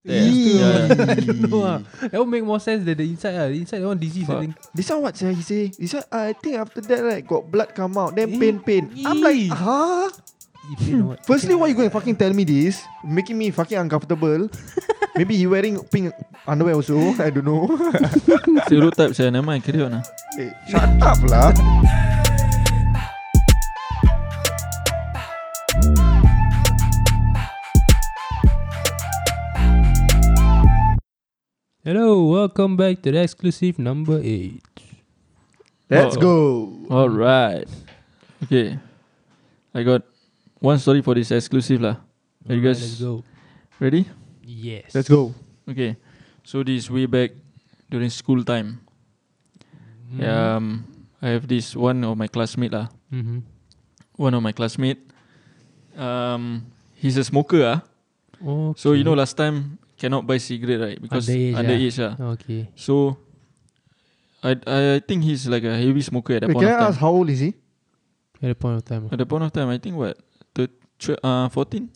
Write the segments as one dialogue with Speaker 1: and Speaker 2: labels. Speaker 1: There.
Speaker 2: Yeah.
Speaker 3: no ah. That would make more sense than the inside ah. The inside that one disease I
Speaker 2: Fuck.
Speaker 3: think.
Speaker 1: This one what sia, he say? This one I think after that right got blood come out then
Speaker 3: Eh.
Speaker 1: pain pain. I'm like
Speaker 3: Ee.
Speaker 1: huh?
Speaker 3: You pay or what?
Speaker 1: Firstly, why you going to fucking tell me this? Making me fucking uncomfortable. Maybe he wearing pink underwear also. I don't know.
Speaker 2: Stereotype saya Never mind carry on lah
Speaker 1: Eh, shut up lah.
Speaker 3: Hello, welcome back to the exclusive number eight.
Speaker 2: Oh.
Speaker 1: Let's go.
Speaker 2: Alright Okay I got One story for this exclusive lah Are you
Speaker 3: Alright,
Speaker 2: guys
Speaker 3: let's go.
Speaker 2: ready?
Speaker 3: Yes.
Speaker 1: Let's go.
Speaker 2: Okay So this way back During school time
Speaker 1: Mm.
Speaker 2: um, I have this one of my classmate lah
Speaker 3: Mm-hmm.
Speaker 2: One of my classmate um, He's a smoker ah.
Speaker 3: Okay.
Speaker 2: So you know last time Cannot buy cigarette right Because
Speaker 3: Underage,
Speaker 2: underage,
Speaker 3: ah.
Speaker 2: ah.
Speaker 3: Okay.
Speaker 2: So I, I I think he's like a heavy smoker at that
Speaker 1: Wait,
Speaker 2: point
Speaker 1: can
Speaker 2: of time
Speaker 1: I ask how old is he?
Speaker 3: At the point of time. ah.
Speaker 2: At the point of time, I think what? Thir- tw- uh, 14?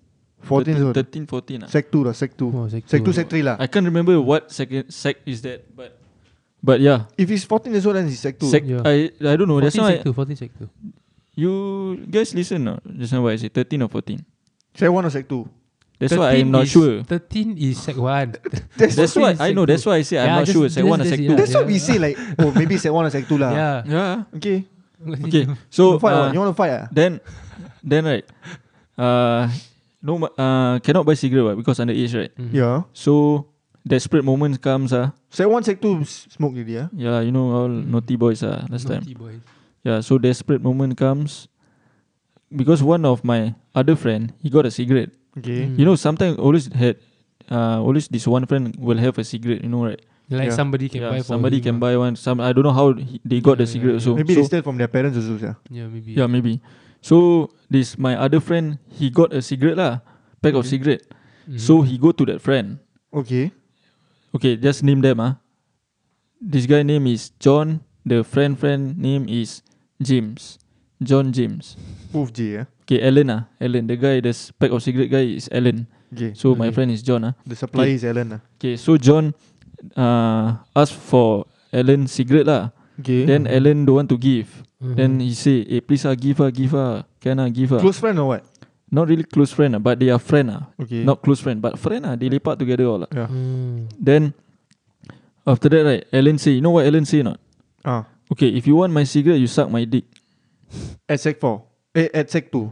Speaker 1: 14 years old.
Speaker 2: 13, 14. ah.
Speaker 1: Sec 2 lah, sec 2.
Speaker 3: Oh, sec
Speaker 1: sec 2,
Speaker 3: two.
Speaker 1: sec 3 lah.
Speaker 2: I can't remember what second sec is that, but but yeah.
Speaker 1: If he's 14 years old then he's sec 2.
Speaker 2: Sec,
Speaker 3: Yeah.
Speaker 2: I I don't know. That's
Speaker 3: 14
Speaker 2: why
Speaker 3: sec two, 14 sec two.
Speaker 2: you guys listen. Or just now what I say, thirteen or fourteen.
Speaker 1: sec 1 or sec 2?
Speaker 2: That's why
Speaker 3: 13
Speaker 2: I'm not
Speaker 3: is-
Speaker 2: sure.
Speaker 3: 13 is sec 1.
Speaker 1: That's,
Speaker 2: That's
Speaker 3: 14
Speaker 2: why
Speaker 3: is
Speaker 2: I
Speaker 3: sec
Speaker 2: know.
Speaker 3: two.
Speaker 2: That's why I say I'm
Speaker 3: Yeah,
Speaker 2: not
Speaker 3: just-
Speaker 2: sure. Sec
Speaker 3: just-
Speaker 2: one or sec
Speaker 3: just-
Speaker 2: two.
Speaker 1: that's what we
Speaker 3: yeah.
Speaker 1: say like, oh maybe sec 1 or sec 2 lah.
Speaker 3: yeah.
Speaker 2: Yeah.
Speaker 1: Okay.
Speaker 2: Okay. So
Speaker 1: You fight
Speaker 2: uh,
Speaker 1: what? You want to fight ah?
Speaker 2: then then right. Uh, no. ma- Uh, cannot buy cigarette what, because underage right.
Speaker 3: Mm-hmm.
Speaker 1: Yeah.
Speaker 2: So desperate moments comes ah.
Speaker 1: Sec 1, sec 2 s- smoke already ah.
Speaker 2: Yeah, you know all
Speaker 3: Mm.
Speaker 2: naughty boys ah last time.
Speaker 3: Naughty boys.
Speaker 2: Yeah, so desperate moment comes because one of my other friend he got a cigarette.
Speaker 1: Okay.
Speaker 3: Mm.
Speaker 2: You know, sometimes always had uh, always this one friend will have a cigarette. You know, right?
Speaker 3: Like
Speaker 1: Yeah.
Speaker 3: somebody can
Speaker 2: yeah,
Speaker 3: buy for
Speaker 2: somebody
Speaker 3: him,
Speaker 2: can
Speaker 3: ah.
Speaker 2: buy one. Some I don't know how he, they got
Speaker 3: Yeah,
Speaker 2: the cigarette.
Speaker 3: yeah,
Speaker 2: so
Speaker 1: Maybe
Speaker 2: so-
Speaker 1: they steal from their parents also. sia.
Speaker 3: Yeah, maybe.
Speaker 2: yeah, maybe. So this my other friend he got a cigarette lah, pack of
Speaker 1: Okay.
Speaker 2: cigarette.
Speaker 3: Mhm.
Speaker 2: So he go to that friend.
Speaker 1: Okay.
Speaker 2: Okay, just name them ah. This guy name is John. The friend friend name is James. John James.
Speaker 1: Move J ah.
Speaker 2: Okay, Alan ah. Alan, the guy, the s- pack of cigarette guy is Alan.
Speaker 1: Okay.
Speaker 2: So my
Speaker 3: Okay.
Speaker 2: friend is John ah.
Speaker 1: The supplier is Alan ah.
Speaker 2: Okay, so John uh, asked for Alan cigarette lah.
Speaker 1: Okay. Mm-hmm.
Speaker 2: Then Alan don't want to give.
Speaker 3: Mhm.
Speaker 2: Then he say, eh please ah, give ah, give ah. Can ah, give ah.
Speaker 1: Close friend or what?
Speaker 2: Not really close friend ah, but they are friend ah.
Speaker 1: Okay.
Speaker 2: Not close friend, but friend ah. They lepak together all lah.
Speaker 1: Yeah.
Speaker 3: Mm.
Speaker 2: Then, after that right, Alan say, you know what Alan say or not?
Speaker 1: Ah.
Speaker 2: Okay, if you want my cigarette, you suck my dick.
Speaker 1: At sec 4. Eh, at sec 2.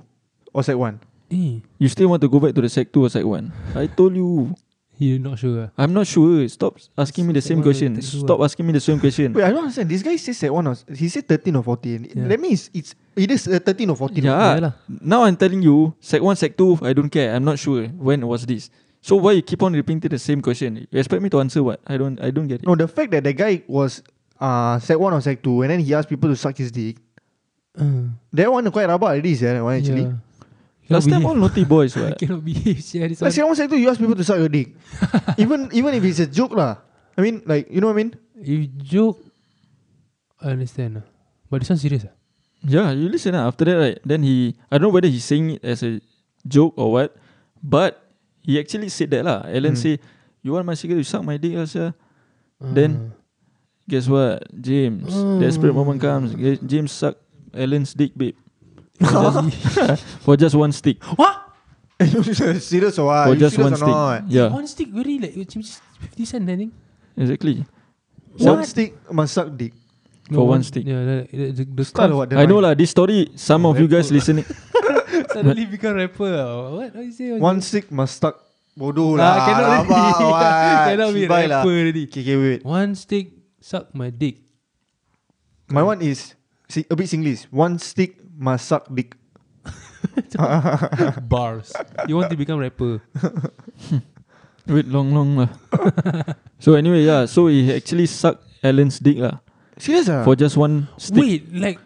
Speaker 1: Or sec 1.
Speaker 3: Eh,
Speaker 2: You still want to go back to the sec 2 or sec 1? I told you.
Speaker 3: you not sure. ah?
Speaker 2: I'm not sure. Stop asking me the
Speaker 3: Sec
Speaker 2: same
Speaker 3: one,
Speaker 2: question.
Speaker 3: sec two,
Speaker 2: Stop asking me the same question.
Speaker 1: Wait, I don't understand. This guy says sec 1 or s- he said 13 or 14.
Speaker 3: Yeah.
Speaker 1: That means it's either s- uh, 13 or 14.
Speaker 2: Yeah.
Speaker 3: lah.
Speaker 2: Now I'm telling you, sec one, sec two, I don't care. I'm not sure when was this. So why you keep on repeating the same question? You expect me to answer what? I don't. I don't get it.
Speaker 1: No, the fact that the guy was uh, sec 1 or sec 2 and then he asked people to suck his dick.
Speaker 3: Uh,
Speaker 1: That one quite rabak already, yeah, that one actually.
Speaker 3: yeah.
Speaker 2: Last time all naughty boys
Speaker 3: I
Speaker 2: were.
Speaker 3: cannot behave. Yeah, this
Speaker 1: Like
Speaker 3: one.
Speaker 1: sec 1, sec 2, you ask people to suck your dick. even even if it's a joke lah. I mean, like, you know what I mean?
Speaker 3: You joke, I understand. ah. But this one serious. ah?
Speaker 2: Yeah, you listen. ah. After that, right? Then he. I don't know whether he's saying it as a joke or what, but he actually said that lah. Alan
Speaker 1: Hmm.
Speaker 2: say, "You want my cigarette? You suck my dick, lah, sir."
Speaker 1: Ah.
Speaker 3: Uh,
Speaker 2: Then- Guess what, James?
Speaker 1: Hmm.
Speaker 2: Desperate moment comes. Ge- James suck Alan's dick, babe. For just- for just one stick.
Speaker 3: what?
Speaker 1: serious or what?
Speaker 2: for
Speaker 1: You
Speaker 2: just
Speaker 1: serious
Speaker 2: one
Speaker 1: or
Speaker 2: stick.
Speaker 1: not?
Speaker 2: Yeah,
Speaker 3: One stick very like it's just fifty cent. I think.
Speaker 2: exactly.
Speaker 1: One stick must suck dick.
Speaker 2: For one stick.
Speaker 3: Yeah, the, the, the, the
Speaker 1: Style
Speaker 3: cuff
Speaker 1: or what?
Speaker 2: I know lah. This story, some of you guys listening,
Speaker 3: suddenly become rapper. ah. What? What you say?
Speaker 1: One stick must suck. Bodoh lah.
Speaker 3: Ah, cannot
Speaker 1: rabak,
Speaker 3: already.
Speaker 1: what?
Speaker 3: Cannot be
Speaker 1: Cibai lah.
Speaker 3: rapper already.
Speaker 1: Okay, okay, wait.
Speaker 3: One stick suck my dick.
Speaker 1: My one is si- a bit Singlish. One stick must suck dick.
Speaker 3: Bars. You want to become rapper?
Speaker 2: wait long long lah. so anyway, yeah. So he actually sucked Alan's dick lah
Speaker 1: Serious ah?
Speaker 2: for just one stick.
Speaker 3: Wait, like,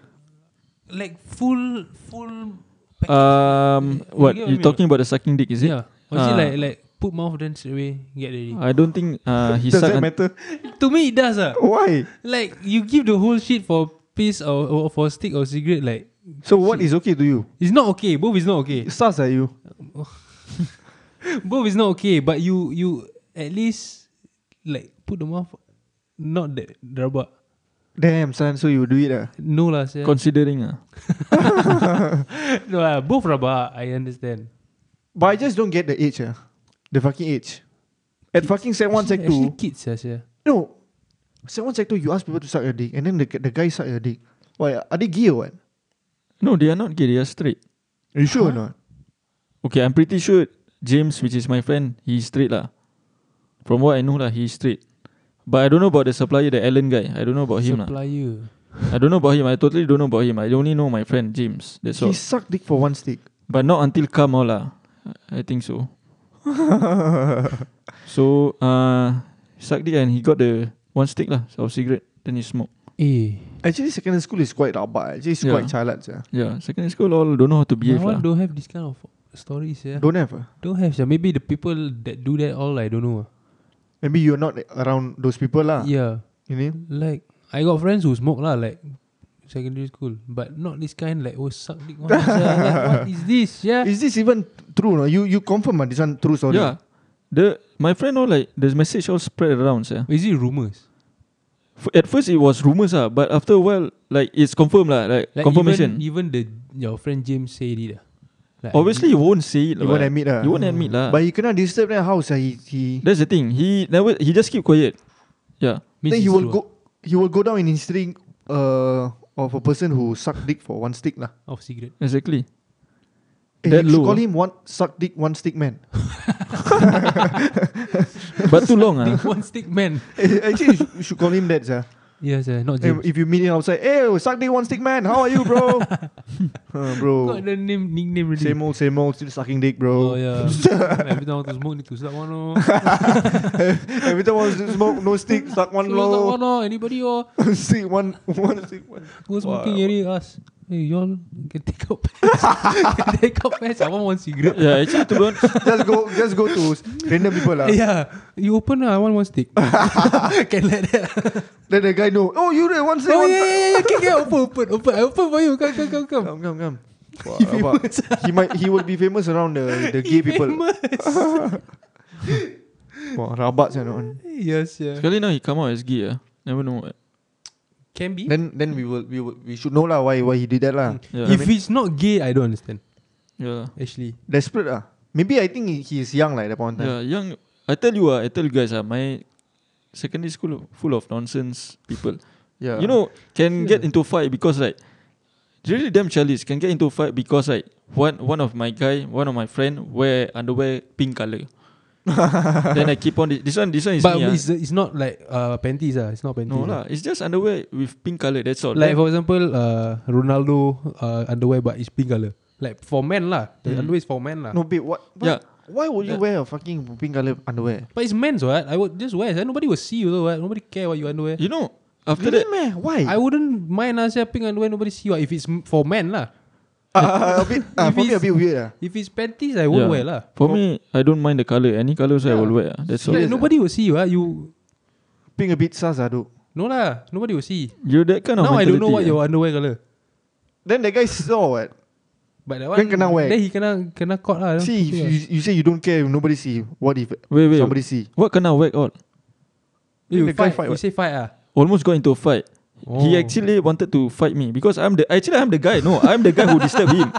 Speaker 3: like full, full. package?
Speaker 2: Um,
Speaker 3: You
Speaker 2: what
Speaker 3: get
Speaker 2: you
Speaker 3: I mean?
Speaker 2: talking about the sucking dick? Is it?
Speaker 3: Yeah. Or is it
Speaker 2: Ah.
Speaker 3: like like put mouth then straight away get ready?
Speaker 2: I don't think uh, he
Speaker 1: Does
Speaker 2: sucked.
Speaker 1: that
Speaker 2: un-
Speaker 1: matter?
Speaker 3: to me, it does ah.
Speaker 1: Why?
Speaker 3: Like you give the whole shit for piece or, or for stick or cigarette. Like
Speaker 1: So what is okay to you?
Speaker 3: it's not okay. Both is not okay.
Speaker 1: Stars are you?
Speaker 3: Both is not okay. But you you at least like put the mouth not that rabak.
Speaker 1: Damn son So you do it ah. lah
Speaker 3: No lah, saya.
Speaker 2: Considering ah.
Speaker 3: no lah, both rabak. I understand.
Speaker 1: But I just don't get the age ah, The fucking age At fucking sec 1 sec 2
Speaker 3: Actually kids lah, saya.
Speaker 1: No. Sec one, sec two, you ask people to suck your dick, and then the the guy suck your dick. Why? Are they gay or what?
Speaker 2: No, they are not gay. They are straight.
Speaker 1: Are you sure or not?
Speaker 2: Okay, I'm pretty sure James, which is my friend, he's straight lah. From what I know lah, he's straight. But I don't know about the supplier, the Allen guy. I don't know about him ah. lah.
Speaker 3: Supplier.
Speaker 2: I don't know about him. I totally don't know about him. I only know my friend James. That's all.
Speaker 1: He sucked dick for one stick.
Speaker 2: But not until come all lah. I think so. so uh suck dick and he got the one stick lah of cigarette. Then he smoke.
Speaker 3: Eh,
Speaker 1: Actually, secondary school is quite rabak. eh. Actually, it's
Speaker 2: Yeah.
Speaker 1: quite eh. child yeah.
Speaker 2: Yeah, secondary school all don't know how to
Speaker 3: my
Speaker 2: behave
Speaker 3: one
Speaker 2: lah.
Speaker 3: don't have this kind of stories, yeah.
Speaker 1: Don't have. ah.
Speaker 3: Don't have, yeah. Maybe the people that do that all, I don't know.
Speaker 1: Maybe you're not around those people lah.
Speaker 3: ah. Yeah.
Speaker 1: You know?
Speaker 3: Like I got friends who smoke lah, like secondary school, but not this kind like oh suck dick one. sia. like, what is this? Yeah.
Speaker 1: Is this even true? No? You you confirm ah, this one true story?
Speaker 2: Yeah, the my friend all like the message all spread around. Yeah.
Speaker 3: Is it rumors?
Speaker 2: F- at first it was rumors ah, but after a while like it's confirmed lah, like,
Speaker 3: Like
Speaker 2: confirmation.
Speaker 3: Even, even the your friend James said it. ah. Like,
Speaker 2: Obviously you won't say it.
Speaker 1: You won't
Speaker 2: lah.
Speaker 1: admit lah.
Speaker 2: You won't admit lah.
Speaker 1: But he cannot disturb their house. ah. He, he
Speaker 2: That's the thing. He never. He just keep quiet. Yeah.
Speaker 3: means
Speaker 1: then he
Speaker 3: it's
Speaker 1: will go
Speaker 3: true
Speaker 1: he will go down in history uh, of a person who sucked dick for one stick lah.
Speaker 3: ah, of cigarette.
Speaker 2: Exactly.
Speaker 1: Eh,
Speaker 2: That
Speaker 1: you should
Speaker 2: low,
Speaker 1: call
Speaker 2: ah.
Speaker 1: him one suck dick one stick man.
Speaker 2: But too long ah.
Speaker 3: Dick one stick man.
Speaker 1: Eh, Actually, you should, you should call him that, sir.
Speaker 3: Yes, uh, not
Speaker 1: Eh,
Speaker 3: James.
Speaker 1: if you meet him outside, hey, suck dick one stick man, how are you, bro? Uh, bro,
Speaker 3: Got the name nickname really.
Speaker 1: same old, same old, still sucking dick,
Speaker 3: Oh
Speaker 1: bro.
Speaker 3: yeah. Every time I want to smoke, need to suck one oh.
Speaker 1: Eh, Every time I was to smoke, no stick, suck one
Speaker 3: Suck
Speaker 1: blow,
Speaker 3: one oh. Anybody oh
Speaker 1: stick one, one stick one.
Speaker 3: who's smoking area us. Hey, y'all can take out can take out pants. I want one cigarette.
Speaker 2: yeah. Actually, to be honest,
Speaker 1: Just go, just go to s- random people lah.
Speaker 3: Yeah, you open lah. I want one stick. Can let that.
Speaker 1: Then the guy know, oh, you there, one stick,
Speaker 3: Oh
Speaker 1: one
Speaker 3: yeah, yeah, yeah. Can get open, open, open. I open for you. Come, come, come, come.
Speaker 1: Come, come, come. Wah, rabak. he might, he will be famous around the the gay people. Wah, rabat sia that one.
Speaker 3: Yes, yeah.
Speaker 2: sekali now he come out as gay ah. Never know. what.
Speaker 3: Can be.
Speaker 1: Then, then we will, we will, we should know lah why why he did that lah.
Speaker 2: Yeah.
Speaker 3: if it's not gay, I don't understand.
Speaker 2: yeah.
Speaker 3: Actually,
Speaker 1: Desperate lah. Maybe I think he, he is young like that point of time.
Speaker 2: Yeah, young. I tell you, ah, I tell you guys, ah, my secondary school full of nonsense people.
Speaker 1: Yeah.
Speaker 2: You know, can
Speaker 3: Yeah.
Speaker 2: get into fight because like really damn childish. Can get into fight because like one one of my guy, one of my friend wear underwear pink color. then I keep on this, this one. This one is
Speaker 3: but
Speaker 2: me. ah.
Speaker 3: it's, it's not like uh panties ah. It's not panties.
Speaker 2: no
Speaker 3: ah.
Speaker 2: lah, it's just underwear with pink color. That's all.
Speaker 3: Like
Speaker 2: Then-
Speaker 3: for example, uh Ronaldo uh underwear but it's pink color. Like for men lah. The
Speaker 2: Mm.
Speaker 3: underwear is for men lah.
Speaker 1: No, babe, what? what
Speaker 2: Yeah.
Speaker 1: Why would you wear a fucking pink color underwear?
Speaker 3: But it's men's what? I would just wear. sia. Nobody will see you though. What? Nobody care what you underwear.
Speaker 2: you know, after
Speaker 1: Really,
Speaker 2: that,
Speaker 1: meh? Why?
Speaker 3: I wouldn't mind us pink underwear. Nobody see you ah, if it's m- for men lah.
Speaker 1: Ah, ah, ah, a bit, ah,
Speaker 3: If
Speaker 1: for me, a
Speaker 3: it's-
Speaker 1: bit weird. ah.
Speaker 3: If it's panties, I won't
Speaker 2: Yeah.
Speaker 3: wear lah.
Speaker 2: for me, I don't mind the color. Any colors I will wear. ah. That's
Speaker 1: So-
Speaker 2: all.
Speaker 1: Serious ah?
Speaker 3: like, nobody will see you. Ah, you
Speaker 1: Pink a bit sus, ah, though.
Speaker 3: no lah. Nobody will see.
Speaker 2: You're that kind of.
Speaker 3: now I don't know what
Speaker 2: mentality, eh.
Speaker 3: your underwear color.
Speaker 1: Then the guy saw what?
Speaker 3: But that
Speaker 1: Then
Speaker 3: one,
Speaker 1: kena wear.
Speaker 3: then he kena kena caught lah.
Speaker 1: see, if
Speaker 3: Yeah.
Speaker 1: you, you say you don't care if nobody see. What if
Speaker 2: ah. Wait, wait.
Speaker 1: somebody see?
Speaker 2: What kind of whack all?
Speaker 1: the
Speaker 3: you,
Speaker 1: guy
Speaker 3: fight,
Speaker 1: fight what?
Speaker 3: you say fight ah.
Speaker 2: almost got into a fight. He
Speaker 3: Oh.
Speaker 2: actually wanted to fight me because I'm the actually I'm the guy. No, I'm the guy who disturbed him.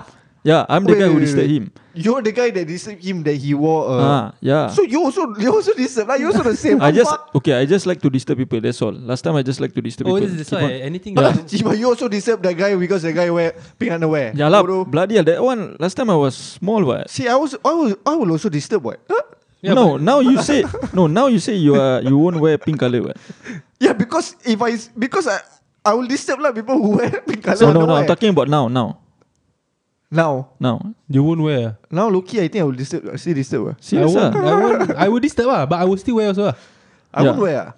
Speaker 2: Yeah, I'm the
Speaker 1: Wait,
Speaker 2: guy who
Speaker 1: wait,
Speaker 2: disturbed
Speaker 1: wait.
Speaker 2: him.
Speaker 1: You're the guy that disturbed him that he wore. Uh,
Speaker 2: Ah, yeah.
Speaker 1: So you also you also disturbed, like you also the same.
Speaker 2: I
Speaker 1: What
Speaker 2: just
Speaker 1: fuck?
Speaker 2: okay. I just like to disturb people. That's all. Last time I just like to disturb
Speaker 3: Oh,
Speaker 2: people.
Speaker 3: this is
Speaker 2: Keep
Speaker 3: why
Speaker 2: on-
Speaker 3: anything.
Speaker 1: Gee, but you also disturbed the guy because the guy wear pink underwear.
Speaker 2: Yeah lah,
Speaker 1: Bodoh.
Speaker 2: bloody hell. That one last time I was small, but
Speaker 1: See, I was I was I will also disturb what? Huh?
Speaker 3: Yeah,
Speaker 2: no. Now you say no. Now you say you are you won't wear pink color. What?
Speaker 1: Yeah, because if I s- because I I will disturb like people who wear pink color
Speaker 2: So no, no.
Speaker 1: underwear.
Speaker 2: I'm talking about now, now,
Speaker 1: now.
Speaker 2: now.
Speaker 3: You won't wear.
Speaker 1: Now Loki, I think I will disturb. I still disturb. ah.
Speaker 3: I
Speaker 2: Serious
Speaker 3: won't,
Speaker 2: ah?
Speaker 3: I won't. I would disturb ah, but I will still wear also ah.
Speaker 1: I
Speaker 2: Yeah.
Speaker 1: won't wear. ah.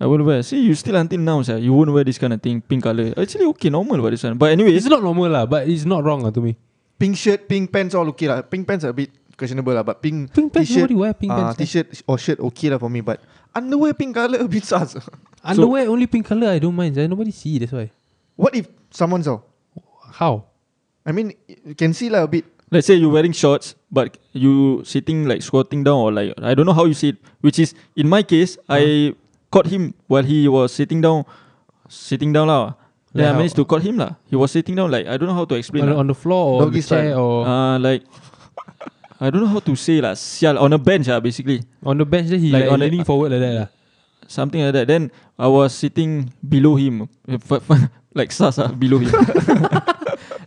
Speaker 2: I will wear. See, you still until now, sir. You won't wear this kind of thing, pink color. Actually, okay, normal, but this one. But anyway,
Speaker 3: It's not normal lah, but it's not wrong ah to me.
Speaker 1: Pink shirt, pink pants all okay lah. Pink pants are a bit questionable lah, but pink
Speaker 3: Pink pants,
Speaker 1: t-shirt,
Speaker 3: nobody wear pink
Speaker 1: ah,
Speaker 2: eh?
Speaker 3: pants.
Speaker 1: T-shirt or shirt okay lah for me, but underwear pink color a bit sus.
Speaker 3: Underwear only pink color. I don't mind. sia. Nobody see. That's why.
Speaker 1: What if someone saw?
Speaker 3: How?
Speaker 1: I mean, oh, you can see lah a bit.
Speaker 2: Let's say you're wearing shorts, but you sitting like squatting down or like I don't know how you sit. Which is in my case,
Speaker 3: Uh-huh.
Speaker 2: I caught him while he was sitting down, sitting down lah. Then
Speaker 3: Like
Speaker 2: I managed to
Speaker 3: how-
Speaker 2: caught him lah. He was sitting down like I don't know how to explain.
Speaker 3: on,
Speaker 2: lah.
Speaker 3: on the floor or
Speaker 1: Doggy
Speaker 3: the chair or
Speaker 2: Uh, like I don't know how to say lah. Sial on a bench ah basically
Speaker 3: on the bench. Then he
Speaker 2: like ah.
Speaker 3: like,
Speaker 2: on the-
Speaker 3: leaning forward like that lah.
Speaker 2: something like that. Then I was sitting below him, F- f- like sas ah below him.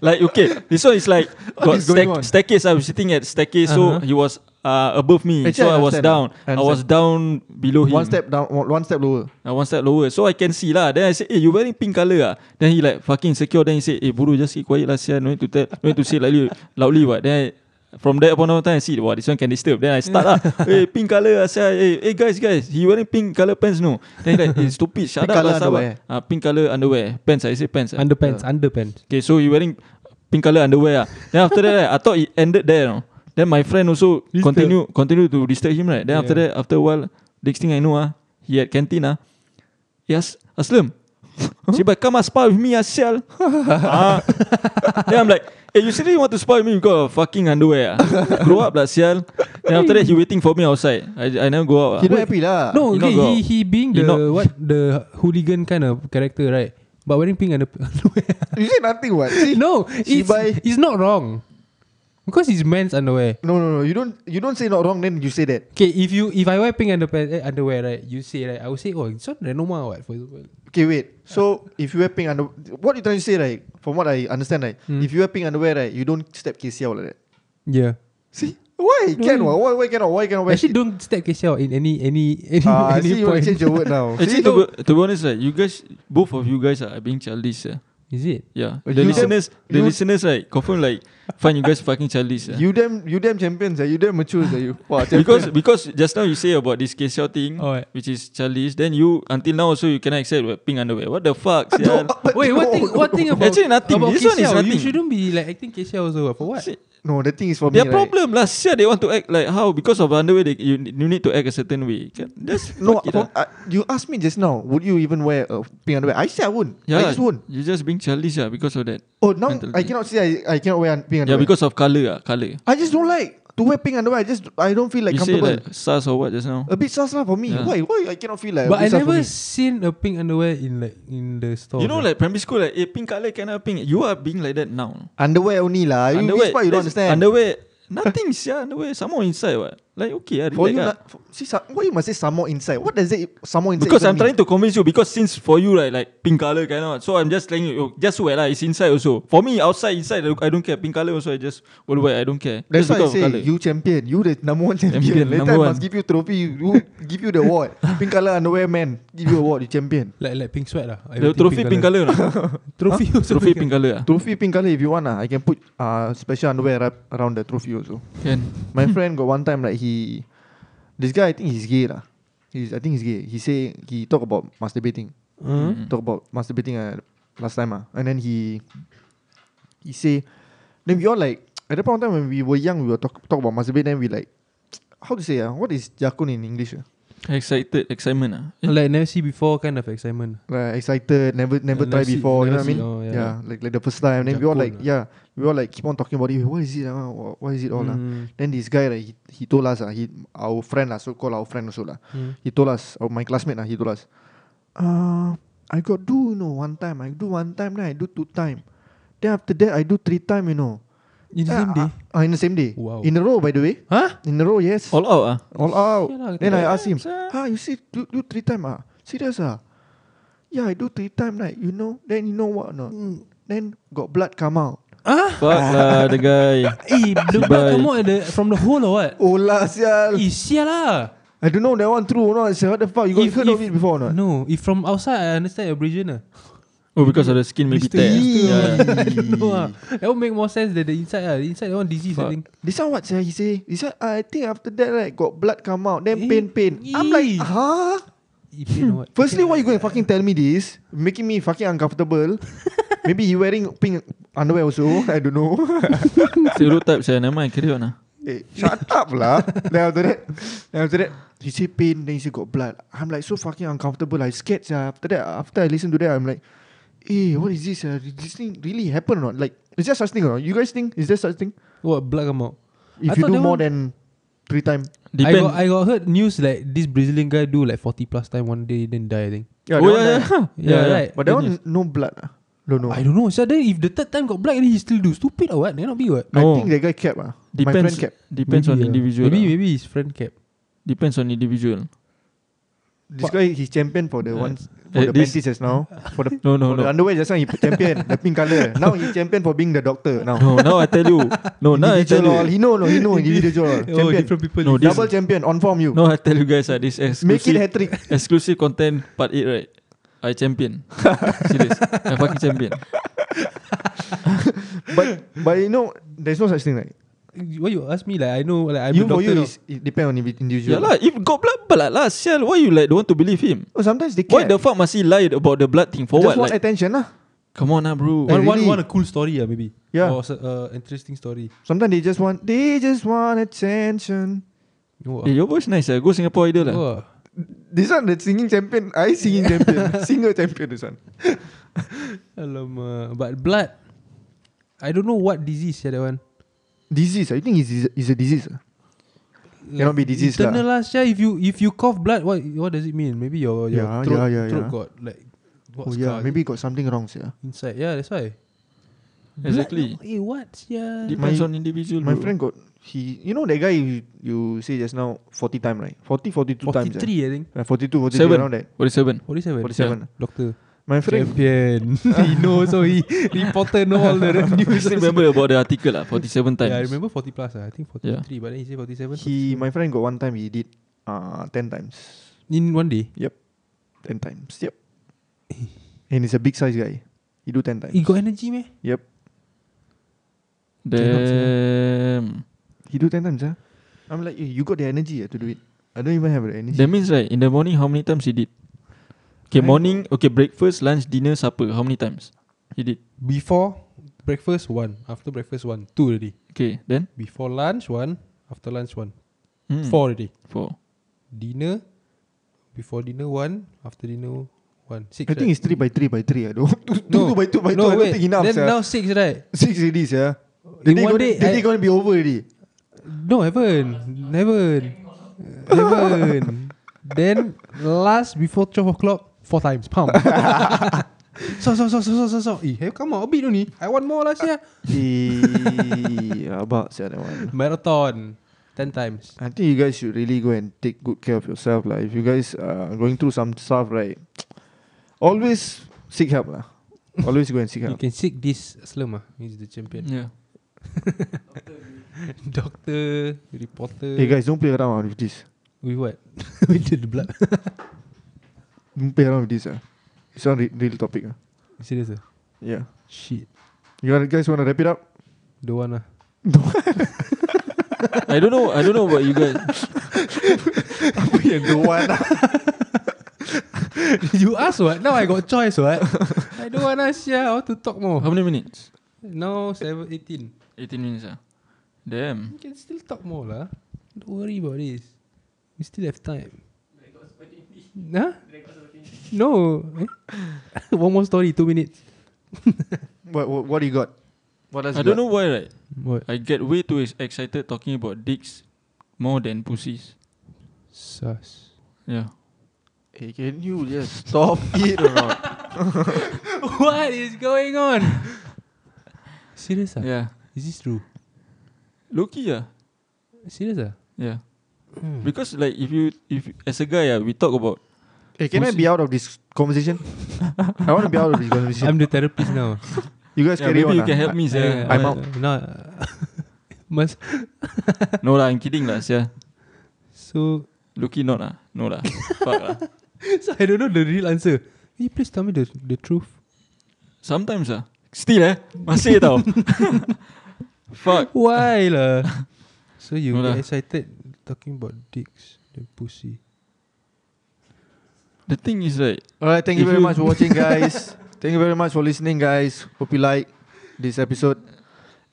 Speaker 2: like okay, this one is like got
Speaker 1: is
Speaker 2: stack,
Speaker 1: going on?
Speaker 2: staircase. I was sitting at staircase,
Speaker 3: Uh-huh.
Speaker 2: so he was uh, above me,
Speaker 1: Actually,
Speaker 2: so
Speaker 1: I
Speaker 2: I, was down.
Speaker 1: understand.
Speaker 2: I,
Speaker 1: I
Speaker 2: was down below him.
Speaker 1: One step down, one one step lower.
Speaker 2: I one step lower. So I can see lah. Then I say, hey, you wearing pink colour ah? Then he like fucking secure. Then he say, hey, bro, just keep quiet lah, sia. No need to tell, no need to say loudly, loudly what. Then I, from that point of time, I see, wow, this one can disturb. Then I start lah. hey, pink colour ah, sia. Hey, hey, guys, guys, he wearing pink colour pants, no? Then he like, hey, stupid, shut
Speaker 1: Pink
Speaker 2: up
Speaker 1: colour
Speaker 2: lah, sabar.
Speaker 1: underwear.
Speaker 2: Ah, pink colour underwear. Pants, I say pants. ah.
Speaker 3: Underpants, underpants.
Speaker 2: Okay, so he wearing pink colour underwear. Ah. Then after that, right, I thought it ended there. No? Then my friend also
Speaker 3: Disturb.
Speaker 2: continue continue to disturb him. Right. Then after
Speaker 3: Yeah.
Speaker 2: that, after a while, next thing I know, ah, he at canteen. Ah, yes, Aslam. She but come and spar with me, ah, sial. ah. Then I'm like, hey, you seriously want to spar with me? You got a fucking underwear. ah? Grow up, lah, sial. Then after that, he waiting for me outside. I, I never go out.
Speaker 1: He
Speaker 2: ah.
Speaker 1: not happy lah.
Speaker 3: No,
Speaker 2: You
Speaker 3: okay,
Speaker 2: not go
Speaker 3: he
Speaker 2: out.
Speaker 3: he being
Speaker 2: You
Speaker 3: the
Speaker 2: not-
Speaker 3: what the hooligan kind of character, right? But wearing pink under underwear.
Speaker 1: you say nothing. What? See?
Speaker 3: no,
Speaker 1: she
Speaker 3: it's,
Speaker 1: buy-
Speaker 3: it's not wrong because it's men's underwear.
Speaker 1: no, no, no. You don't. You don't say not wrong. Then you say that.
Speaker 3: Okay, if you if I wear pink underpants eh, underwear, right? You say right, I would say, oh, it's not Renoma, what for example.
Speaker 1: Okay, wait. So if you wear pink under, what you trying to say, right? From what I understand, right?
Speaker 3: Hmm.
Speaker 1: If you wear pink underwear, right, you don't step KC out like that.
Speaker 3: Yeah,
Speaker 1: See, why
Speaker 3: No,
Speaker 1: can
Speaker 3: no.
Speaker 1: why why, why cannot why cannot wear?
Speaker 3: actually, don't step Kesha out in any any any,
Speaker 1: Ah, I
Speaker 3: any
Speaker 1: see you want
Speaker 3: point.
Speaker 1: to change your word now.
Speaker 2: Actually,
Speaker 1: see,
Speaker 2: to,
Speaker 1: no,
Speaker 2: be, to be honest, right, you guys, both of you guys are being childish. ah.
Speaker 3: Is it?
Speaker 2: Yeah.
Speaker 1: But
Speaker 2: The
Speaker 1: Oh, you-
Speaker 2: listeners, the
Speaker 1: you-
Speaker 2: listeners, like confirm like find you guys fucking childish. ah.
Speaker 1: you damn you damn champions. ah. You damn matures. ah, you. Wow,
Speaker 2: because because just now you say about this KCL thing,
Speaker 3: Alright.
Speaker 2: which is childish. Then you until now also you cannot accept what, pink underwear. What the fuck? sia?
Speaker 3: Wait, what thing? What thing about
Speaker 2: Actually, nothing.
Speaker 3: About
Speaker 2: This one is
Speaker 3: Kesha? You
Speaker 2: nothing.
Speaker 3: shouldn't be like acting Kesha also what? for what?
Speaker 2: See,
Speaker 1: no, the thing is for me.
Speaker 2: Their
Speaker 1: right?
Speaker 2: problem lah. Sia, they want to act like how because of underwear they, you, you need to act a certain way. Can- Just
Speaker 1: No,
Speaker 2: fuck it
Speaker 1: for,
Speaker 2: lah.
Speaker 1: uh, you asked me just now. Would you even wear a pink underwear? I said I wouldn't. I
Speaker 2: Yeah,
Speaker 1: just won't.
Speaker 2: you just being childish ah because of that.
Speaker 1: Oh, now I
Speaker 2: Mentality.
Speaker 1: cannot say I, I cannot wear un- pink
Speaker 2: Yeah,
Speaker 1: underwear.
Speaker 2: because of color ah, color.
Speaker 1: I just don't like to wear pink underwear. I just I don't feel like
Speaker 2: you say
Speaker 1: comfortable.
Speaker 2: like SARS or what just now?
Speaker 1: a bit sus lah for me.
Speaker 2: Yeah.
Speaker 1: Why? Why I cannot feel like? a
Speaker 3: But
Speaker 1: bit
Speaker 3: I
Speaker 1: sus for
Speaker 3: never
Speaker 1: me?
Speaker 3: seen a pink underwear in like in the
Speaker 1: Oh,
Speaker 3: store.
Speaker 2: you know,
Speaker 3: bro.
Speaker 2: like primary school, like eh, pink color, can I pink? You are being like that now.
Speaker 1: underwear only lah. You, underwear. This part you don't
Speaker 2: that's-
Speaker 1: understand.
Speaker 2: Underwear, nothing, sia. Underwear, some more inside, what? Like, okay, I
Speaker 1: for you,
Speaker 2: relax. ah.
Speaker 1: not, for, see, some, why you must say some more inside? What does it some more inside?
Speaker 2: Because
Speaker 1: even
Speaker 2: I'm
Speaker 1: mean?
Speaker 2: trying to convince you. Because since for you right, like pink color cannot. So I'm just telling you, oh, just wear lah. It's inside also. For me, outside, inside, I don't- I don't care. Pink color also, I just will wear. I don't care. just
Speaker 1: That's why I
Speaker 2: because
Speaker 1: say
Speaker 2: of colour.
Speaker 1: you champion. You the number one champion.
Speaker 2: Champion,
Speaker 1: Later
Speaker 2: number
Speaker 1: I
Speaker 2: one.
Speaker 1: must give you trophy. You give you the award. Pink color underwear man. Give you award. You champion.
Speaker 3: like like pink sweat lah.
Speaker 2: the
Speaker 3: Everything
Speaker 2: trophy pink color, no?
Speaker 3: Trophy also
Speaker 2: trophy pink color. ah.
Speaker 1: Trophy pink color if you want ah. I can put uh, special underwear wrap around the trophy also.
Speaker 2: Can.
Speaker 1: My friend got one time like he, this guy I think he's gay lah. He's I think he's gay. He say he talk about masturbating.
Speaker 3: Hmm?
Speaker 1: Talk about masturbating uh, last time ah. And then he, he say, then we all like at that point of time when we were young we were talk talk about masturbate. Then we like, how to say ah? What is jakun in English? ah?
Speaker 2: Excited, excitement ah. Eh,
Speaker 3: Like never see before kind of excitement.
Speaker 1: like excited, never never
Speaker 3: Yeah,
Speaker 1: try
Speaker 3: never see-
Speaker 1: before. you know
Speaker 3: never
Speaker 1: what I mean?
Speaker 3: see- oh,
Speaker 1: yeah.
Speaker 3: yeah.
Speaker 1: like like the first time. Then we all
Speaker 3: Jakun,
Speaker 1: like
Speaker 3: ah.
Speaker 1: yeah, we all like keep on talking about it. What is it? ah? Wha- what is it all? ah?
Speaker 2: Hmm.
Speaker 3: Mm.
Speaker 1: Then this guy like he, he told us ah, he our friend lah, so called our friend also lah.
Speaker 3: Mm.
Speaker 1: He told us, our, my classmate lah, he told us, uh, I got do you know one time. I do one time, then I do two time. Then after that I do three time. You know,
Speaker 3: In the
Speaker 1: Yeah,
Speaker 3: same day.
Speaker 1: ah, ah, in the same day.
Speaker 3: Wow.
Speaker 1: In a row, by the way.
Speaker 3: Huh?
Speaker 1: In a row, yes.
Speaker 2: All out ah.
Speaker 1: All out.
Speaker 3: Yeah lah,
Speaker 1: then I
Speaker 3: yeah,
Speaker 1: ask him,
Speaker 2: sir.
Speaker 1: "Ah, you see, do, do three time ah? Serious ah? Yeah, I do three time like you know. Then you know what or not?
Speaker 3: mm.
Speaker 1: Then got blood come out.
Speaker 2: Fuck lah the guy.
Speaker 3: Eh, the blood come out at the, from the hole or what?
Speaker 1: Oh lah, sial.
Speaker 3: Eh, sia lah.
Speaker 1: I don't know that one true or not. Sial. What the fuck? You got
Speaker 3: If-
Speaker 1: heard of
Speaker 3: if-
Speaker 1: it before or not?
Speaker 3: No, if from outside, I understand abrasion lah.
Speaker 2: Oh, because of the skin maybe
Speaker 3: Mister
Speaker 2: tear.
Speaker 1: Yee.
Speaker 2: Yeah.
Speaker 3: I don't know ah. That would make more sense than the inside ah. The inside that one disease I
Speaker 2: Fuck.
Speaker 3: think.
Speaker 1: This one what sial? He say. This one I think after that right got blood come out. Then
Speaker 3: Eh,
Speaker 1: pain pain. I'm like
Speaker 3: ee.
Speaker 1: huh?
Speaker 3: Eh, pain or what?
Speaker 1: Firstly, why you going to fucking tell me this? Making me fucking uncomfortable. Maybe he wearing pink underwear also. I don't know.
Speaker 2: Stereotype saya. Never mind, carry on ah.
Speaker 1: Eh, shut up lah. then after that, then after that, he say pain, then he say got blood. I'm like so fucking uncomfortable. I scared. Sia. After that, after I listen to that, I'm like, eh, what is this? Uh, this thing really happen or not? Like, is there such thing or not? You guys think is there such thing?
Speaker 3: What blood come out?
Speaker 1: If
Speaker 3: I
Speaker 1: you
Speaker 3: thought
Speaker 1: do
Speaker 3: that
Speaker 1: more
Speaker 3: one-
Speaker 1: than three times,
Speaker 3: I
Speaker 2: Depend.
Speaker 3: got I got heard news like this Brazilian guy do like forty plus time one day then die. I think.
Speaker 1: yeah,
Speaker 2: oh
Speaker 1: that one
Speaker 2: yeah,
Speaker 1: like-
Speaker 2: yeah.
Speaker 3: Yeah, right.
Speaker 1: But that
Speaker 2: Good
Speaker 1: one no blood. ah. Don't know.
Speaker 3: I don't know. So then if the third time got black and he still do stupid or what? Cannot be what.
Speaker 1: I
Speaker 2: No.
Speaker 1: think that guy cap ah. My
Speaker 2: depends.
Speaker 1: friend cap.
Speaker 2: Depends on
Speaker 3: Maybe, uh,
Speaker 2: individual.
Speaker 3: Maybe
Speaker 2: lah.
Speaker 3: maybe his friend cap.
Speaker 2: Depends on individual.
Speaker 1: This guy he's champion for the
Speaker 2: Yeah.
Speaker 1: ones for
Speaker 2: Eh,
Speaker 1: the
Speaker 2: this-
Speaker 1: panties just now. For the
Speaker 2: No, no,
Speaker 1: for
Speaker 2: no.
Speaker 1: the underwear just now he champion the pink color. Now he champion for being the doctor now.
Speaker 2: No, now I tell you. No, now I tell
Speaker 1: individual all.
Speaker 2: you.
Speaker 1: He know no he know individual all.
Speaker 3: Oh,
Speaker 1: Champion.
Speaker 3: different people.
Speaker 2: No,
Speaker 3: different-
Speaker 2: this-
Speaker 1: Double champion on form you.
Speaker 2: No, I tell you guys uh, this
Speaker 1: Make it
Speaker 2: exclusive
Speaker 1: hat trick.
Speaker 2: exclusive content part 8 right. I champion. Serious. I fucking champion.
Speaker 1: But but you know there's no such thing like
Speaker 3: Why you ask me like I know like I'm
Speaker 1: you
Speaker 3: a
Speaker 1: for
Speaker 3: doctor.
Speaker 1: you
Speaker 3: now.
Speaker 1: is it depend on indivi-
Speaker 2: Yeah
Speaker 1: individual.
Speaker 2: lah, if got blood blood lah, sial, why you like don't want to believe him?
Speaker 1: Oh, sometimes they
Speaker 2: Why the
Speaker 1: care.
Speaker 2: fuck must he lie about the blood thing? For
Speaker 1: Just
Speaker 2: what?
Speaker 1: want
Speaker 2: Like,
Speaker 1: attention lah.
Speaker 2: come on lah bro.
Speaker 1: Eh,
Speaker 3: One, one,
Speaker 1: really?
Speaker 3: one a cool story, uh, maybe.
Speaker 1: Yeah.
Speaker 3: Or s- uh, interesting story.
Speaker 1: Sometimes they just want they just want attention.
Speaker 3: Oh,
Speaker 2: Eh, your voice nice ah. Go Singapore Idol lah.
Speaker 3: oh.
Speaker 1: This one the singing champion, I singing champion, singer champion this one.
Speaker 3: Alamak. But blood, I don't know what disease yeah, that one.
Speaker 1: Disease, I think is is a disease. ah. Cannot be disease lah.
Speaker 3: Internal lah. Sia, if you if you cough blood, what what does it mean? Maybe your your
Speaker 1: Yeah,
Speaker 3: throat,
Speaker 1: yeah, yeah,
Speaker 3: throat
Speaker 1: yeah.
Speaker 3: got like got
Speaker 1: Oh
Speaker 3: scar
Speaker 1: yeah, maybe got something wrong, yeah.
Speaker 3: inside. Yeah, that's why.
Speaker 2: Exactly.
Speaker 3: Blood, eh, what? Yeah.
Speaker 2: Depends
Speaker 1: My-
Speaker 2: on individual.
Speaker 1: My
Speaker 2: bro.
Speaker 1: friend got he you know that guy you, you say just now 40 time right 40 42 times eh?
Speaker 3: 43, I think.
Speaker 1: Uh, 42 43
Speaker 2: Seven.
Speaker 1: around that
Speaker 2: 47.
Speaker 1: 47
Speaker 3: 47. Doctor.
Speaker 1: my friend
Speaker 3: Champion. he knows, so he reporter know all the
Speaker 2: You
Speaker 3: news.
Speaker 2: still remember about the article lah, 47 times.
Speaker 3: Yeah, I remember 40 plus. ah. I think 43, but then he said 47.
Speaker 1: he my friend got one time he did uh 10 times
Speaker 3: in one day.
Speaker 1: yep 10 times yep and he's a big size guy he do 10 times
Speaker 3: He got energy, meh?
Speaker 1: yep
Speaker 2: Damn.
Speaker 1: he do 10 times huh? I'm like you, you got the energy eh, to do it I don't even have the energy
Speaker 2: That means right, in the morning, how many times he did? Okay,
Speaker 1: I-
Speaker 2: morning, okay, breakfast, lunch, dinner, supper. How many times he did?
Speaker 3: Before breakfast, one. After breakfast, one. Two already.
Speaker 2: Okay, then?
Speaker 3: Before lunch, one. After lunch, one.
Speaker 2: Hmm,
Speaker 3: Four already.
Speaker 2: Four.
Speaker 3: Dinner. Before dinner, one. After dinner, one.
Speaker 1: I
Speaker 3: Six.
Speaker 1: think
Speaker 3: right?
Speaker 1: it's 3 by 3 by 3 I don't 2,
Speaker 3: No.
Speaker 1: two by 2 by 2
Speaker 3: no,
Speaker 1: I don't
Speaker 3: wait.
Speaker 1: think enough
Speaker 3: Then
Speaker 1: sia.
Speaker 3: now six, right?
Speaker 1: 6 already yeah. the
Speaker 3: In
Speaker 1: day
Speaker 3: one
Speaker 1: gonna,
Speaker 3: day,
Speaker 1: the
Speaker 3: I-
Speaker 1: day gonna be over already
Speaker 3: No, haven't. Haven't. Haven't. then last before 12 o'clock, four times. Pump. so, so, so, so, so, so, so. Eh, hey, come on, a bit only. I want more last year.
Speaker 1: Eh, about sia that one
Speaker 3: Marathon. Ten times.
Speaker 1: I think you guys should really go and take good care of yourself. Like if you guys are going through some stuff, right? Always seek help. lah. Always go and seek
Speaker 3: You
Speaker 1: help.
Speaker 3: can seek this Aslam ah. He's the champion.
Speaker 2: Yeah.
Speaker 3: Doctor, reporter.
Speaker 1: Hey guys, don't play around ah with this.
Speaker 3: With what? With the blood.
Speaker 1: Don't play around with this. ah. It's not re- real topic. ah.
Speaker 3: Serious ah?
Speaker 1: Yeah.
Speaker 3: Shit.
Speaker 1: You wanna- guys want to wrap it up?
Speaker 3: Don't want ah.
Speaker 2: I don't know. I don't know about you guys.
Speaker 3: you ask what? Now I got choice what? I don't want us yeah. I want to talk
Speaker 2: How
Speaker 3: more.
Speaker 2: many minutes?
Speaker 3: Now seven eighteen.
Speaker 2: 18 minutes. Ah. Damn.
Speaker 3: You can still talk more lah. Don't worry about this. We still have time. Huh? No. Eh? One more story. Two minutes.
Speaker 1: What What, what do you got? What else?
Speaker 2: I don't know why, right?
Speaker 3: What?
Speaker 2: I get way too ex- excited talking about dicks more than pussies.
Speaker 3: Sus.
Speaker 2: Yeah.
Speaker 1: Hey, can you just stop it or not?
Speaker 3: what is going on? Serious ah?
Speaker 2: Yeah.
Speaker 3: Is this true?
Speaker 2: Loki, yeah.
Speaker 3: Serious ah?
Speaker 2: Yeah. ah.
Speaker 3: Hmm.
Speaker 2: Because like if you if as a guy, ah, we talk about
Speaker 1: Hey, Eh, can I be out of this conversation? I want to be out of this conversation.
Speaker 3: I'm the therapist now.
Speaker 1: you guys
Speaker 2: yeah,
Speaker 1: carry
Speaker 2: maybe
Speaker 1: on.
Speaker 2: you
Speaker 1: ah.
Speaker 2: can help me,
Speaker 3: Yeah,
Speaker 2: yeah.
Speaker 1: I'm out.
Speaker 3: No, must
Speaker 2: No lah, I'm kidding lah, yeah.
Speaker 3: so
Speaker 2: Loki not ah, no lah. Fuck lah.
Speaker 3: so I don't know the real answer. Can you please tell me the the truth?
Speaker 2: Sometimes ah, still eh, masih tau. Fuck.
Speaker 3: Why lah? So you
Speaker 2: No
Speaker 3: get
Speaker 2: lah.
Speaker 3: excited talking about dicks and pussy.
Speaker 2: The thing is right,
Speaker 1: All right, thank you
Speaker 2: If
Speaker 1: very
Speaker 2: you-
Speaker 1: much for watching, guys. thank you very much for listening, guys. Hope you like this episode,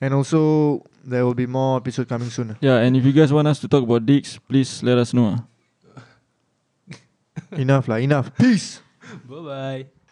Speaker 1: and also there will be more episode coming soon
Speaker 2: yeah. And if you guys want us to talk about dicks, please let us know. ah.
Speaker 1: enough lah enough peace
Speaker 3: Bye bye.